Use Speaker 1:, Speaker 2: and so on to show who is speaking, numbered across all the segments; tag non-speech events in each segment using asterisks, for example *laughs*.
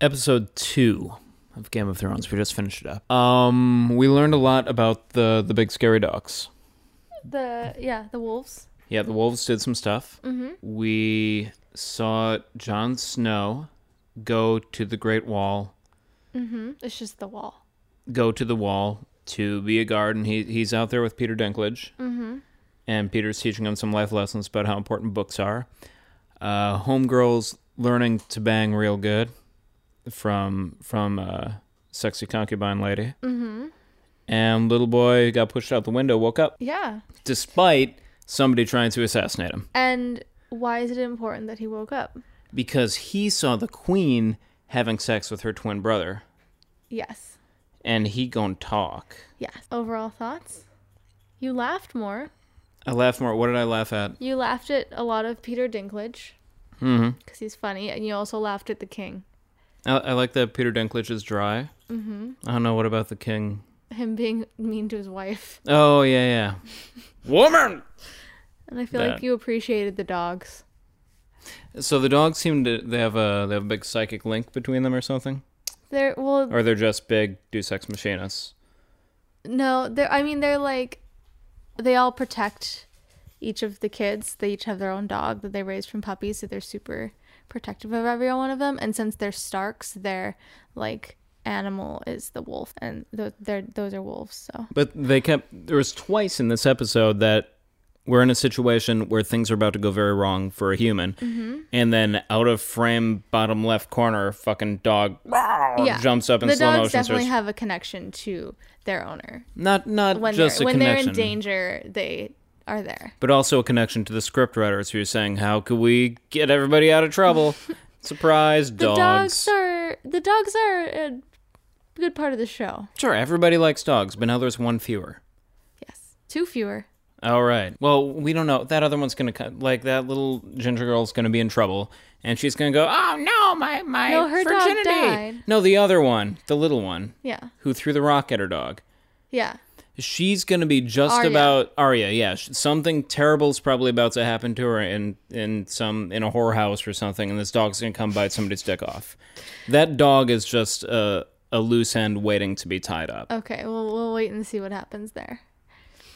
Speaker 1: episode two of Game of Thrones. We just finished it up. Um, we learned a lot about the the big scary dogs.
Speaker 2: The yeah, the wolves.
Speaker 1: Yeah, the wolves did some stuff. We saw Jon Snow go to the Great Wall,
Speaker 2: Mm-hmm. It's just the wall.
Speaker 1: go to the wall to be a guard, and he he's out there with Peter Dinklage, mm-hmm. and Peter's teaching him some life lessons about how important books are. Uh, homegirls learning to bang real good from from uh, sexy concubine lady, mm-hmm. and little boy got pushed out the window, woke up
Speaker 2: Yeah.
Speaker 1: despite somebody trying to assassinate him
Speaker 2: And why is it important that he woke up?
Speaker 1: because he saw the queen having sex with her twin brother,
Speaker 2: Yes.
Speaker 1: and he gonna talk.
Speaker 2: Yes. Overall thoughts? You laughed more.
Speaker 1: I laughed more. What did I laugh at?
Speaker 2: You laughed at a lot of Peter Dinklage. Mm-hmm. Because he's funny, and you also laughed at the king.
Speaker 1: I, I like that Peter Dinklage is dry. Mm-hmm. I don't know what about the king.
Speaker 2: Him being mean to his wife.
Speaker 1: Oh yeah, yeah. Woman.
Speaker 2: And I feel
Speaker 1: That.
Speaker 2: like you appreciated the dogs.
Speaker 1: So the dogs seem to they have a they have a big psychic link between them or something,
Speaker 2: They're well
Speaker 1: or they're just big do sex machinists.
Speaker 2: no, they're I mean they're like they all protect each of the kids. They each have their own dog that they raised from puppies, so they're super protective of every one of them. And since they're Starks, their like animal is the wolf and th- they're those are wolves, so
Speaker 1: But they kept there was twice in this episode that we're in a situation where things are about to go very wrong for a human,
Speaker 2: Mm-hmm.
Speaker 1: and then out of frame, bottom left corner, fucking dog
Speaker 2: yeah.
Speaker 1: jumps up in
Speaker 2: the
Speaker 1: slow
Speaker 2: dogs
Speaker 1: motion.
Speaker 2: definitely
Speaker 1: starts-
Speaker 2: have a connection to their owner.
Speaker 1: not not
Speaker 2: When
Speaker 1: just a
Speaker 2: they're when
Speaker 1: connection.
Speaker 2: they're in danger, they are there.
Speaker 1: but also a connection to the script writers who are saying, How could we get everybody out of
Speaker 2: *laughs*
Speaker 1: trouble? Surprise,
Speaker 2: The
Speaker 1: dogs.
Speaker 2: dogs are the dogs are a good part of the show.
Speaker 1: sure, everybody likes dogs, but now there's one fewer.
Speaker 2: Yes. Two fewer.
Speaker 1: All right. Well, we don't know. That other one's going to come. Like, that little ginger girl's going to be in trouble. And she's going to go, Oh, no, my, my
Speaker 2: No, her dog
Speaker 1: virginity.
Speaker 2: died.
Speaker 1: No, the other one, the little one,
Speaker 2: Yeah.
Speaker 1: who threw the rock at her dog.
Speaker 2: Yeah.
Speaker 1: She's going to be just
Speaker 2: Arya.
Speaker 1: about Arya. Yeah, sh- something terrible's probably about to happen to her in in some in a whorehouse or something, and this dog's going to come bite somebody's dick off. That dog is just a a loose end waiting to be tied up.
Speaker 2: Okay. Well, we'll wait and see what happens there.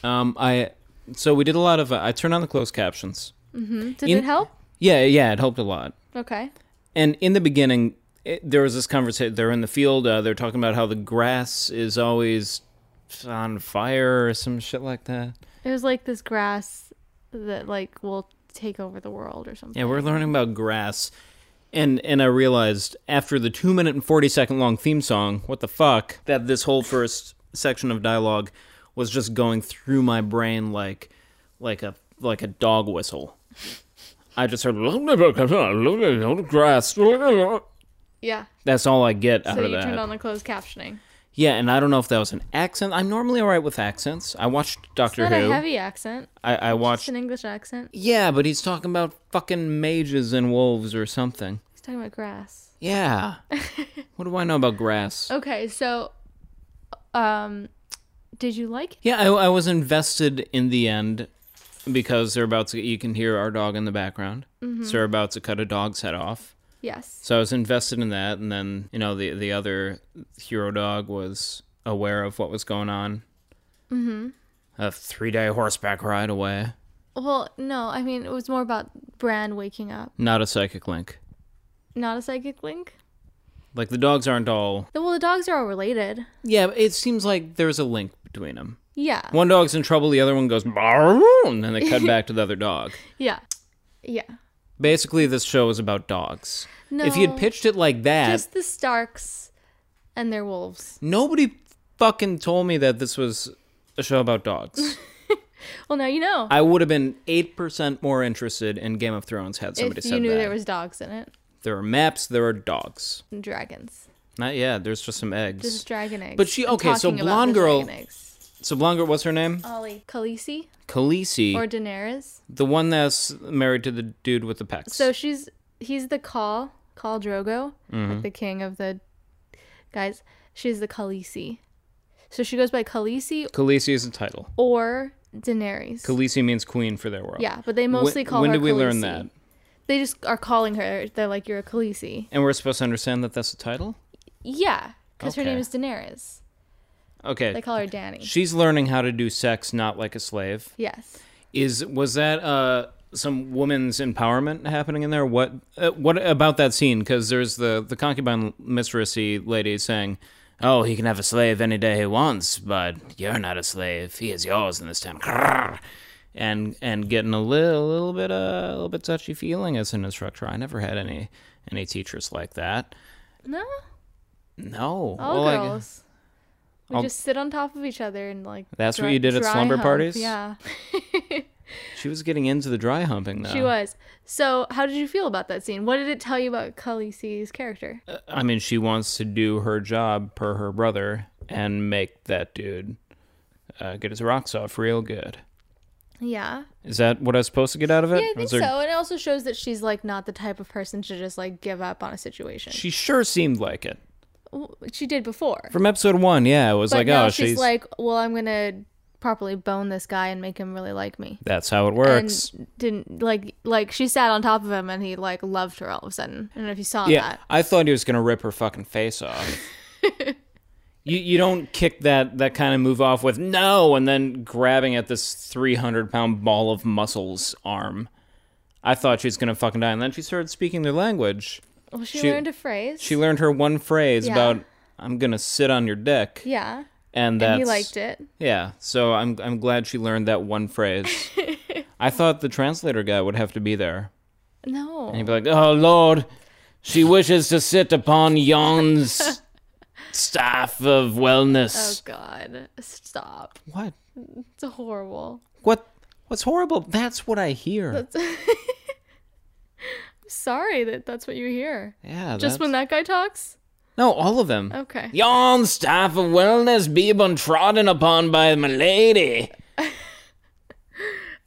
Speaker 1: Um, I so we did a lot of uh, I turned on the closed captions.
Speaker 2: Did
Speaker 1: In-
Speaker 2: it help?
Speaker 1: Yeah, yeah, it helped a lot.
Speaker 2: Okay.
Speaker 1: And in the beginning, it, there was this conversation. They're in the field. Uh, they're talking about how the grass is always on fire or some shit like that.
Speaker 2: It was like this grass that like will take over the world or something.
Speaker 1: Yeah, we're learning about grass. And and I realized after the two minute and forty second long theme song, what the fuck, that this whole first section of dialogue was just going through my brain like like a like a dog whistle. I just heard grass.
Speaker 2: Yeah.
Speaker 1: That's all I get out
Speaker 2: So
Speaker 1: of
Speaker 2: you
Speaker 1: that.
Speaker 2: turned on the closed captioning.
Speaker 1: yeah, and I don't know if that was an accent. I'm normally alright with accents. I watched Doctor
Speaker 2: Not a
Speaker 1: Who.
Speaker 2: heavy accent.
Speaker 1: I, I
Speaker 2: It's
Speaker 1: watched
Speaker 2: an English accent.
Speaker 1: Yeah, but he's talking about fucking mages and wolves or something.
Speaker 2: He's talking about grass.
Speaker 1: Yeah. what do I know about grass?
Speaker 2: Okay. So, um, did you like it?
Speaker 1: Yeah, I, I was invested in the end because they're about to. You can hear our dog in the background. So they're about to cut a dog's head off.
Speaker 2: Yes.
Speaker 1: So I was invested in that, and then you know the the other hero dog was aware of what was going on. Mm-hmm. A three day horseback ride away.
Speaker 2: Well, no. I mean, it was more about Bran waking up,
Speaker 1: Not a psychic link.
Speaker 2: not a psychic link.
Speaker 1: Like the dogs aren't all.
Speaker 2: Well, the dogs are all related.
Speaker 1: Yeah, but it seems like there's a link between them.
Speaker 2: Yeah.
Speaker 1: One dog's in trouble, the other one goes, "Barrr," and then they cut back to the other dog.
Speaker 2: Yeah. Yeah.
Speaker 1: Basically, this show is about dogs.
Speaker 2: No.
Speaker 1: If you had pitched it like that,
Speaker 2: just the Starks and their wolves.
Speaker 1: nobody fucking told me that this was a show about dogs.
Speaker 2: Well, now you know.
Speaker 1: I would have been 8% more interested in Game of Thrones had somebody
Speaker 2: if
Speaker 1: said
Speaker 2: you knew
Speaker 1: that.
Speaker 2: there was dogs in it,
Speaker 1: There are maps, there are dogs.
Speaker 2: and dragons,
Speaker 1: Not yet, there's just some eggs.
Speaker 2: just dragon eggs.
Speaker 1: But she-
Speaker 2: I'm
Speaker 1: okay, so
Speaker 2: talking about
Speaker 1: blonde
Speaker 2: the
Speaker 1: girl-
Speaker 2: dragon eggs.
Speaker 1: So, Blanca, what's her name?
Speaker 2: Ollie, Khaleesi,
Speaker 1: Khaleesi,
Speaker 2: or Daenerys.
Speaker 1: the one that's married to the dude with the pecs.
Speaker 2: So she's he's the call call Drogo,
Speaker 1: Mm-hmm.
Speaker 2: like the king of the guys. She's the Khaleesi, so she goes by Khaleesi
Speaker 1: Khaleesi is the title.
Speaker 2: or Daenerys.
Speaker 1: Khaleesi means queen for their world.
Speaker 2: yeah, but they mostly
Speaker 1: when,
Speaker 2: call
Speaker 1: When
Speaker 2: her
Speaker 1: did we learn
Speaker 2: Khaleesi.
Speaker 1: that?
Speaker 2: They just are calling her. They're like, "You're a Khaleesi."
Speaker 1: And we're supposed to understand that that's the title?
Speaker 2: Yeah, because her
Speaker 1: Okay.
Speaker 2: name is Daenerys.
Speaker 1: Okay.
Speaker 2: They call her Danny.
Speaker 1: She's learning how to do sex not like a slave.
Speaker 2: Yes.
Speaker 1: Is was that uh some woman's empowerment happening in there? What uh, what about that scene? Because there's the the concubine mistressy lady saying, "Oh, he can have a slave any day he wants, but you're not a slave. He is yours in this town." Grrr. And and getting a little little bit uh, a little bit touchy feeling as an instructor. I never had any any teachers like that.
Speaker 2: No,
Speaker 1: No,
Speaker 2: all
Speaker 1: Well, I-
Speaker 2: girls. we
Speaker 1: I'll-
Speaker 2: just sit on top of each other and like.
Speaker 1: That's what
Speaker 2: dry-
Speaker 1: you did at
Speaker 2: dry
Speaker 1: slumber
Speaker 2: hump.
Speaker 1: parties?
Speaker 2: Yeah,
Speaker 1: she was getting into the dry humping though.
Speaker 2: she was. So, how did you feel about that scene? What did it tell you about Khaleesi's character?
Speaker 1: I mean, she wants to do her job per her brother and make that dude uh, get his rocks off real good.
Speaker 2: yeah.
Speaker 1: Is that what I was supposed to get out of it?
Speaker 2: Yeah, I think
Speaker 1: Was there-
Speaker 2: so. And it also shows that she's like not the type of person to just like give up on a situation. She,
Speaker 1: She sure seemed like it.
Speaker 2: she did before.
Speaker 1: From episode one, yeah, it was
Speaker 2: but
Speaker 1: like,
Speaker 2: now
Speaker 1: oh,
Speaker 2: she's,
Speaker 1: she's,
Speaker 2: like, well, I'm gonna properly bone this guy and make him really like me.
Speaker 1: that's how it works.
Speaker 2: And didn't like like she sat on top of him and he like loved her all of a sudden. I don't know if you saw
Speaker 1: yeah,
Speaker 2: that.
Speaker 1: I thought he was gonna rip her fucking face
Speaker 2: *laughs*
Speaker 1: off. you you don't kick that that kind of move off with no, and then grabbing at this three hundred pound ball of muscles arm. I thought she was gonna fucking die, and then she started speaking their language.
Speaker 2: Well, she,
Speaker 1: she-
Speaker 2: learned a phrase.
Speaker 1: She learned her one phrase
Speaker 2: Yeah.
Speaker 1: about "I'm gonna sit on your dick,"
Speaker 2: yeah,
Speaker 1: and that's
Speaker 2: and he liked it.
Speaker 1: Yeah, so I'm I'm glad she learned that one
Speaker 2: *laughs*
Speaker 1: phrase. I thought the translator guy would have to be there, and
Speaker 2: No,
Speaker 1: he'd be like, "Oh Lord, she wishes to sit upon
Speaker 2: *laughs*
Speaker 1: yon's staff of
Speaker 2: oh
Speaker 1: wellness."
Speaker 2: god, stop!
Speaker 1: What?
Speaker 2: It's horrible. *laughs*
Speaker 1: What? What's horrible? That's what I hear.
Speaker 2: Sorry that that's what you hear.
Speaker 1: yeah,
Speaker 2: Just when Oh. that guy talks.
Speaker 1: No, all of them.
Speaker 2: Okay.
Speaker 1: Yon staff of wellness be been trodden upon by my lady.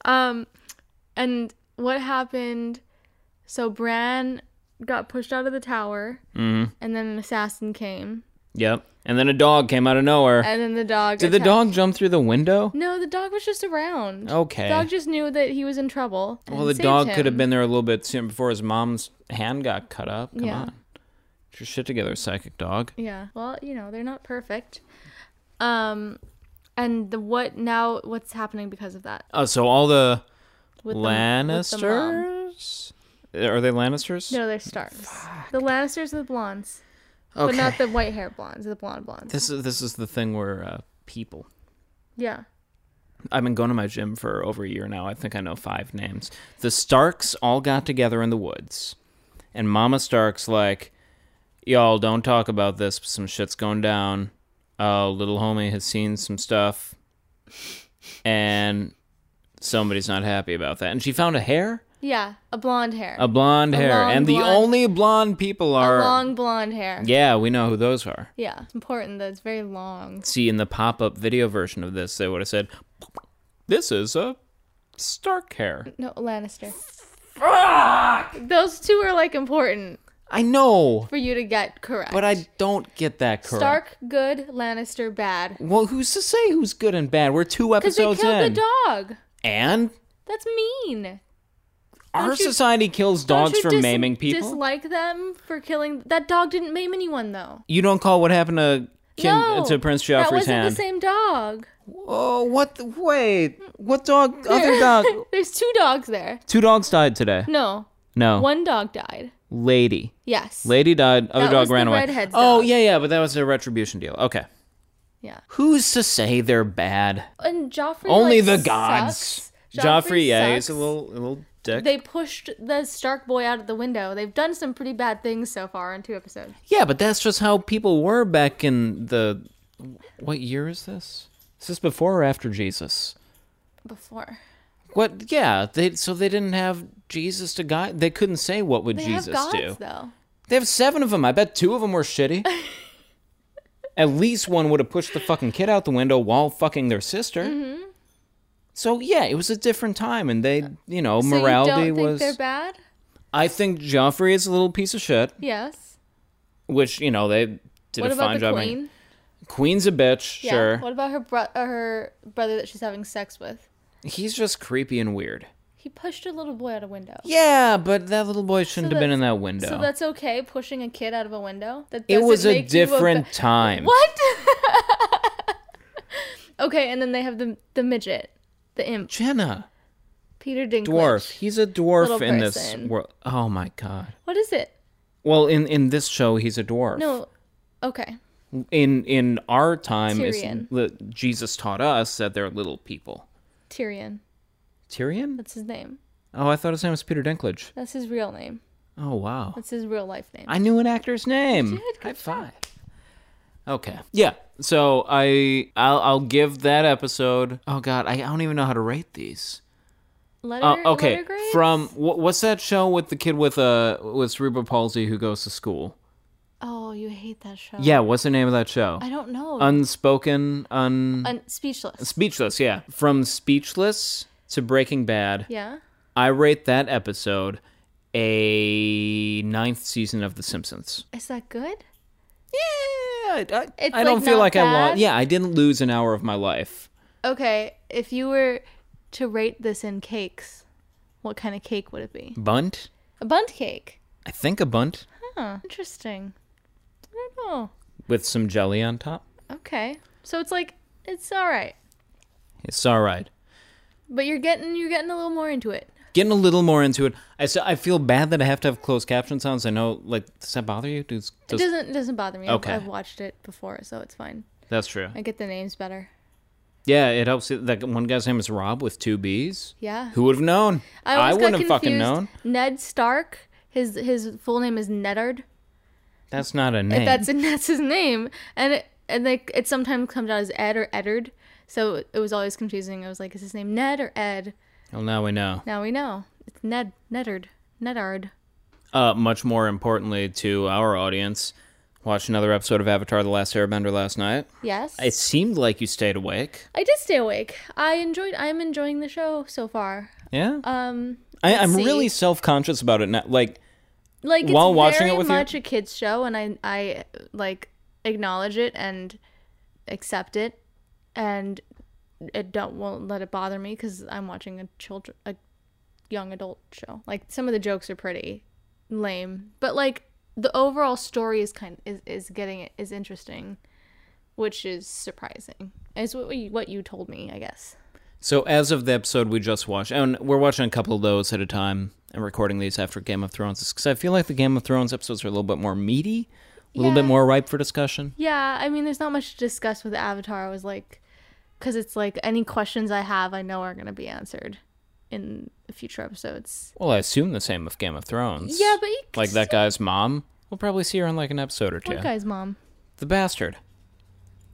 Speaker 2: Um, and what happened? So Bran got pushed out of the tower,
Speaker 1: Mm-hmm.
Speaker 2: and then an assassin came,
Speaker 1: Yep. And then a dog came out of nowhere.
Speaker 2: and then the dog.
Speaker 1: Did the
Speaker 2: attacked-
Speaker 1: dog jump through the window?
Speaker 2: No, the dog was just around.
Speaker 1: Okay.
Speaker 2: The dog just knew that he was in trouble. and
Speaker 1: well, the
Speaker 2: saved
Speaker 1: dog could have
Speaker 2: him.
Speaker 1: been there a little bit sooner before his mom's hand got cut up. Come
Speaker 2: Yeah.
Speaker 1: on. Get your shit together, psychic dog.
Speaker 2: Yeah. Well, you know they're not perfect. Um, and the what now? What's happening because of that?
Speaker 1: Oh, so all the
Speaker 2: With the- with the mom.
Speaker 1: Lannisters? Are they Lannisters?
Speaker 2: no, they're Starks. The Lannisters are the blondes,
Speaker 1: okay.
Speaker 2: but not the white hair blondes. The blonde blondes.
Speaker 1: this is this is the thing where uh, people.
Speaker 2: yeah.
Speaker 1: I've been going to my gym for over a year now. I think I know five names. The Starks all got together in the woods, and Mama Stark's like, "Y'all don't talk about this. Some shit's going down. Oh, little homie has seen some stuff, and somebody's not happy about that." And she found a hair,
Speaker 2: Yeah. A blonde hair.
Speaker 1: a blonde hair,
Speaker 2: long
Speaker 1: and the
Speaker 2: blonde-
Speaker 1: only blonde people are.
Speaker 2: long blonde hair.
Speaker 1: yeah, we know who those are.
Speaker 2: Yeah, it's important that it's very long.
Speaker 1: See, in the pop-up video version of this, they would have said, "This is a Stark hair."
Speaker 2: No, Lannister. Those two are like important
Speaker 1: I know,
Speaker 2: for you to get correct.
Speaker 1: but I don't get that correct.
Speaker 2: Stark good, Lannister bad.
Speaker 1: Well, who's to say who's good and bad? We're two
Speaker 2: Because they
Speaker 1: episodes
Speaker 2: killed
Speaker 1: in,
Speaker 2: the dog.
Speaker 1: and
Speaker 2: That's mean.
Speaker 1: our
Speaker 2: Don't you-
Speaker 1: society kills
Speaker 2: Don't
Speaker 1: dogs
Speaker 2: you
Speaker 1: for
Speaker 2: dis-
Speaker 1: maiming people.
Speaker 2: Dislike them for killing. That dog didn't maim anyone though.
Speaker 1: you don't call what happened to King
Speaker 2: no,
Speaker 1: to Prince
Speaker 2: That
Speaker 1: Joffrey's
Speaker 2: wasn't
Speaker 1: hand.
Speaker 2: the same dog.
Speaker 1: Oh, what? The, wait, what dog? Other
Speaker 2: *laughs*
Speaker 1: dog?
Speaker 2: There's two dogs there.
Speaker 1: Two dogs died today.
Speaker 2: No,
Speaker 1: No,
Speaker 2: one dog died.
Speaker 1: lady.
Speaker 2: Yes.
Speaker 1: Lady died. Other
Speaker 2: That
Speaker 1: dog
Speaker 2: was the
Speaker 1: ran away.
Speaker 2: redhead's
Speaker 1: oh
Speaker 2: dog.
Speaker 1: yeah, yeah, but that was a retribution deal. Okay.
Speaker 2: Yeah.
Speaker 1: Who's to say they're bad?
Speaker 2: and Joffrey.
Speaker 1: Only
Speaker 2: like,
Speaker 1: the gods.
Speaker 2: sucks.
Speaker 1: Joffrey, yeah,
Speaker 2: sucks.
Speaker 1: he's a little, a little dick.
Speaker 2: They pushed the Stark boy out of the window. They've done some pretty bad things so far in two episodes.
Speaker 1: Yeah, but that's just how people were back in the. What year is this? Is this before or after Jesus?
Speaker 2: Before
Speaker 1: What? Yeah, they so they didn't have Jesus to guide. They couldn't say what would
Speaker 2: they
Speaker 1: Jesus
Speaker 2: have gods
Speaker 1: do.
Speaker 2: though.
Speaker 1: They have seven of them. I bet two of them were shitty.
Speaker 2: *laughs*
Speaker 1: At least one would have pushed the fucking kid out the window while fucking their sister.
Speaker 2: Mm-hmm.
Speaker 1: So yeah, it was a different time, and they, you know,
Speaker 2: so
Speaker 1: morality
Speaker 2: you don't think
Speaker 1: was.
Speaker 2: they're bad.
Speaker 1: I think Joffrey is a little piece of shit,
Speaker 2: Yes.
Speaker 1: which you know they did
Speaker 2: What
Speaker 1: a
Speaker 2: about
Speaker 1: fine
Speaker 2: the
Speaker 1: job.
Speaker 2: queen?
Speaker 1: making- Queen's a bitch,
Speaker 2: Yeah.
Speaker 1: sure.
Speaker 2: What about her bro- uh, her brother that she's having sex with?
Speaker 1: He's just creepy and weird.
Speaker 2: He pushed a little boy out a window.
Speaker 1: Yeah, but that little boy shouldn't have been
Speaker 2: that's-
Speaker 1: in that window.
Speaker 2: So that's okay, pushing a kid out of a window. That
Speaker 1: it
Speaker 2: doesn't
Speaker 1: was
Speaker 2: make
Speaker 1: a
Speaker 2: you *laughs*
Speaker 1: different time.
Speaker 2: What? okay, and then they have the the midget, the imp,
Speaker 1: Jenna,
Speaker 2: Peter Dinklage.
Speaker 1: dwarf. He's a dwarf
Speaker 2: Little
Speaker 1: in
Speaker 2: person.
Speaker 1: this world. Oh my god.
Speaker 2: What is it?
Speaker 1: Well, in in this show, he's a dwarf.
Speaker 2: No. Okay.
Speaker 1: In in our time, it's-
Speaker 2: Tyrion.
Speaker 1: the- Jesus taught us that they're little people.
Speaker 2: Tyrion.
Speaker 1: Tyrion?
Speaker 2: That's his name.
Speaker 1: Oh, I thought his name was Peter Dinklage.
Speaker 2: That's his real name.
Speaker 1: Oh wow.
Speaker 2: That's his real life name.
Speaker 1: I knew an actor's name.
Speaker 2: good
Speaker 1: High five. Okay. Yeah. So I I'll, I'll give that episode. Oh God, I, I don't even know how to rate these.
Speaker 2: Letter,
Speaker 1: Uh, okay.
Speaker 2: letter grades?
Speaker 1: From wh- what's that show with the kid with uh with cerebral palsy who goes to school?
Speaker 2: Oh, you hate that show.
Speaker 1: Yeah. What's the name of that show?
Speaker 2: I don't know.
Speaker 1: Unspoken. Un.
Speaker 2: Un- speechless.
Speaker 1: Speechless. Yeah. From Speechless to Breaking Bad,
Speaker 2: Yeah.
Speaker 1: I rate that episode a ninth season of The Simpsons.
Speaker 2: Is that good?
Speaker 1: Yeah, I, I,
Speaker 2: It's,
Speaker 1: I don't
Speaker 2: like,
Speaker 1: feel
Speaker 2: not
Speaker 1: like I
Speaker 2: bad.
Speaker 1: lost. Yeah, I didn't lose an hour of my life.
Speaker 2: Okay, if you were to rate this in cakes, what kind of cake would it be?
Speaker 1: Bunt?
Speaker 2: A bunt cake.
Speaker 1: I think a bunt
Speaker 2: Huh. Interesting. I don't know.
Speaker 1: with some jelly on top.
Speaker 2: Okay. So it's like it's all right,
Speaker 1: It's all right.
Speaker 2: but you're getting you're getting a little more into it.
Speaker 1: Getting a little more into it. I, s- I feel bad that I have to have closed captions on. So I know, like, does that bother you? Does,
Speaker 2: It
Speaker 1: does-
Speaker 2: doesn't it doesn't bother me.
Speaker 1: Okay.
Speaker 2: I've, I've watched it before, so it's fine.
Speaker 1: that's true.
Speaker 2: I get the names better.
Speaker 1: Yeah, it helps. that- That one guy's name is Rob with two B's.
Speaker 2: Yeah.
Speaker 1: Who would have known? I,
Speaker 2: always got
Speaker 1: wouldn't have fucking
Speaker 2: confused.
Speaker 1: known.
Speaker 2: Ned Stark. His his full name is Neddard.
Speaker 1: That's not a name.
Speaker 2: That's *laughs* that's his name, and it, and like it sometimes comes out as Ed or Eddard. So it was always confusing. I was like, is his name Ned or Ed?
Speaker 1: well, now we know.
Speaker 2: Now we know it's Ned Neddard Neddard.
Speaker 1: Uh, much more importantly to our audience, watched another episode of Avatar: The Last Airbender last night.
Speaker 2: Yes,
Speaker 1: It seemed like you stayed awake.
Speaker 2: I did stay awake. I enjoyed. I'm enjoying the show so far.
Speaker 1: Yeah.
Speaker 2: Um,
Speaker 1: I, I'm
Speaker 2: see.
Speaker 1: really self conscious about it now. Like,
Speaker 2: like it's
Speaker 1: While watching
Speaker 2: very
Speaker 1: it with you-
Speaker 2: much a kids show, and I I like acknowledge it and accept it, and it don't won't let it bother me because I'm watching a children a young adult show. Like some of the jokes are pretty lame, but like the overall story is kind is is getting is interesting, which is surprising. Is what you, what you told me, I guess.
Speaker 1: so as of the episode we just watched, and we're watching a couple of those at a time and recording these after Game of Thrones, because I feel like the Game of Thrones episodes are a little bit more meaty, a little bit
Speaker 2: Yeah.
Speaker 1: more ripe for discussion.
Speaker 2: Yeah, I mean, there's not much to discuss with Avatar. I was like, because it's like any questions I have, I know are going to be answered in future episodes.
Speaker 1: Well, I assume the same of Game of Thrones.
Speaker 2: Yeah, but you could
Speaker 1: like that guy's mom. We'll probably see her in like an episode or two.
Speaker 2: One guy's mom.
Speaker 1: The bastard.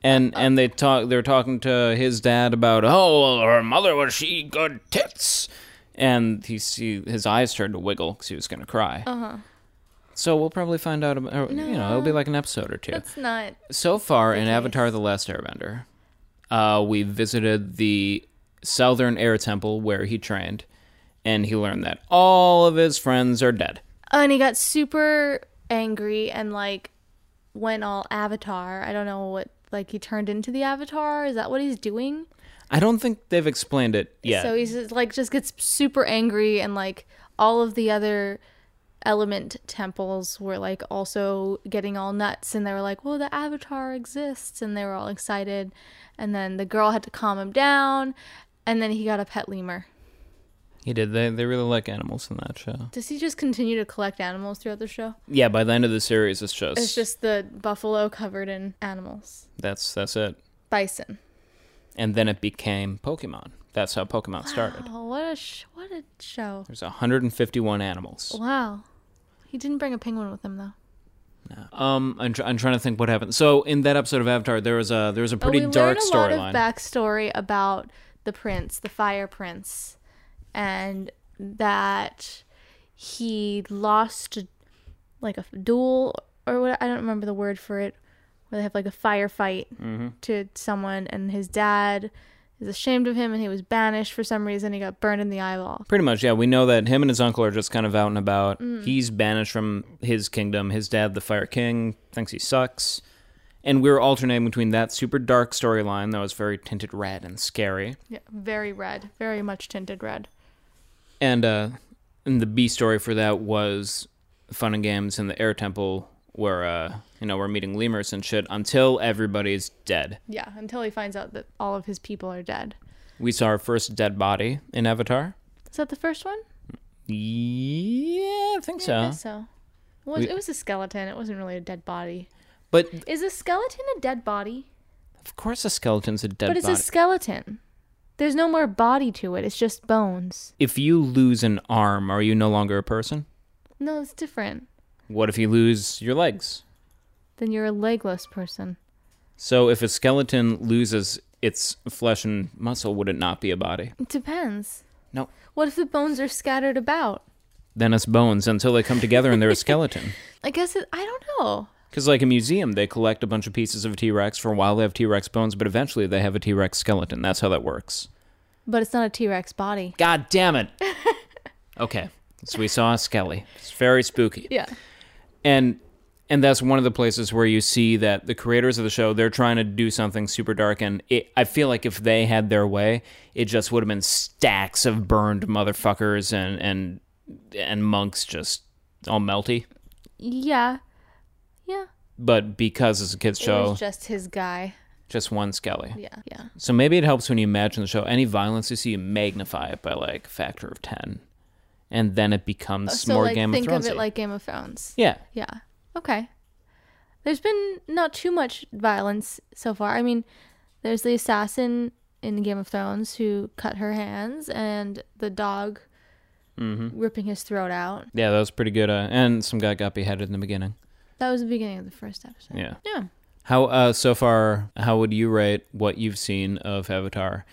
Speaker 1: And and they talk. They're talking to his dad about oh, well, her mother was she good tits, and he see his eyes started to wiggle because he was gonna cry. Uh
Speaker 2: Uh-huh.
Speaker 1: huh. So we'll probably find out. About, or, You know, it'll be like an episode or two.
Speaker 2: That's not.
Speaker 1: So far in Avatar: The Last Airbender, uh, we visited the Southern Air Temple where he trained, and he learned that all of his friends are dead.
Speaker 2: Uh, And he got super angry and like went all Avatar. I don't know what. Like he turned into the Avatar. Is that what he's doing?
Speaker 1: I don't think they've explained it yet.
Speaker 2: So he's just, like just gets super angry and like all of the other element temples were like also getting all nuts and they were like, "Well, the avatar exists." And they were all excited. And then the girl had to calm him down and then he got a pet lemur.
Speaker 1: he did. They they really like animals in that show.
Speaker 2: Does he just continue to collect animals throughout the show?
Speaker 1: Yeah, by the end of the series, it's just,
Speaker 2: It's just the buffalo covered in animals.
Speaker 1: that's that's it.
Speaker 2: Bison.
Speaker 1: And then it became Pokemon. That's how Pokemon started.
Speaker 2: Oh, what a sh- what a show.
Speaker 1: There's 151 animals.
Speaker 2: Wow. He didn't bring a penguin with him though.
Speaker 1: Um, I'm, tr- I'm trying to think what happened. So in that episode of Avatar, there was a there was a
Speaker 2: But
Speaker 1: pretty
Speaker 2: Oh, we
Speaker 1: dark
Speaker 2: learned a lot of
Speaker 1: storyline.
Speaker 2: backstory about the prince, the fire prince, and that he lost like a duel or what I don't remember the word for it, where they have like a firefight
Speaker 1: Mm-hmm.
Speaker 2: to someone, and his dad is ashamed of him, and he was banished for some reason. He got burned in the eyeball.
Speaker 1: pretty much, yeah. We know that him and his uncle are just kind of out and about.
Speaker 2: Mm.
Speaker 1: He's banished from his kingdom. His dad, the Fire King, thinks he sucks. And we were alternating between that super dark storyline that was very tinted red and scary,
Speaker 2: Yeah, very red, very much tinted red.
Speaker 1: And uh, and the B story for that was Fun and Games in the Air Temple, where uh, you know we're meeting lemurs and shit until everybody's dead.
Speaker 2: Yeah, until he finds out that all of his people are dead.
Speaker 1: We saw our first dead body in Avatar.
Speaker 2: Is that the first one?
Speaker 1: Yeah, I think
Speaker 2: I
Speaker 1: so.
Speaker 2: guess so. It was,
Speaker 1: We-
Speaker 2: it was a skeleton. It wasn't really a dead body.
Speaker 1: But
Speaker 2: Is a skeleton a dead body?
Speaker 1: of course, a skeleton's a dead
Speaker 2: but it's
Speaker 1: body.
Speaker 2: a skeleton. There's no more body to it. It's just bones.
Speaker 1: if you lose an arm, are you no longer a person?
Speaker 2: No, it's different.
Speaker 1: What if you lose your legs?
Speaker 2: Then you're a legless person.
Speaker 1: So if a skeleton loses its flesh and muscle, would it not be a body?
Speaker 2: It depends.
Speaker 1: No.
Speaker 2: What if the bones are scattered about?
Speaker 1: Then it's bones until they come together and they're a skeleton.
Speaker 2: I guess it, I don't know.
Speaker 1: Because, like a museum, they collect a bunch of pieces of T Rex. For a while, they have T Rex bones, but eventually they have a T Rex skeleton. That's how that works.
Speaker 2: But it's not a T Rex body.
Speaker 1: God damn
Speaker 2: *laughs*
Speaker 1: it. okay. So we saw a skelly. It's very spooky.
Speaker 2: Yeah.
Speaker 1: and and that's one of the places where you see that the creators of the show they're trying to do something super dark and it, i feel like if they had their way it just would have been stacks of burned motherfuckers and and and monks just all melty
Speaker 2: Yeah. Yeah.
Speaker 1: but because it's a kids
Speaker 2: It
Speaker 1: show
Speaker 2: was just his guy.
Speaker 1: just one skelly
Speaker 2: Yeah. Yeah.
Speaker 1: so maybe it helps when you imagine the show any violence you see you magnify it by like a factor of 10 and then it becomes
Speaker 2: Uh, So
Speaker 1: more
Speaker 2: like
Speaker 1: game
Speaker 2: think
Speaker 1: of thrones
Speaker 2: of it like Game of Thrones.
Speaker 1: yeah
Speaker 2: Yeah. Okay. There's been not too much violence so far. I mean, there's the assassin in Game of Thrones who cut her hands and the dog
Speaker 1: Mm-hmm.
Speaker 2: ripping his throat out.
Speaker 1: yeah that was pretty good uh, and some guy got beheaded in the beginning
Speaker 2: That was the beginning of the first episode.
Speaker 1: yeah
Speaker 2: Yeah.
Speaker 1: How uh, so far? How would you rate what you've seen of Avatar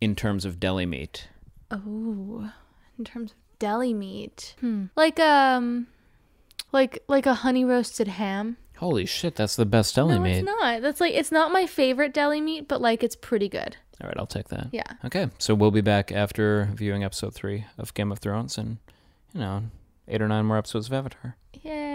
Speaker 1: in terms of deli meat?
Speaker 2: Oh, in terms of deli meat. Hmm. Like um like like a honey roasted ham.
Speaker 1: Holy shit, that's the best deli
Speaker 2: no,
Speaker 1: meat.
Speaker 2: it's not. That's like it's not my favorite deli meat, but like it's pretty good.
Speaker 1: All right, I'll take that.
Speaker 2: Yeah.
Speaker 1: Okay, so we'll be back after viewing episode three of Game of Thrones and you know eight or nine more episodes of Avatar.
Speaker 2: Yay.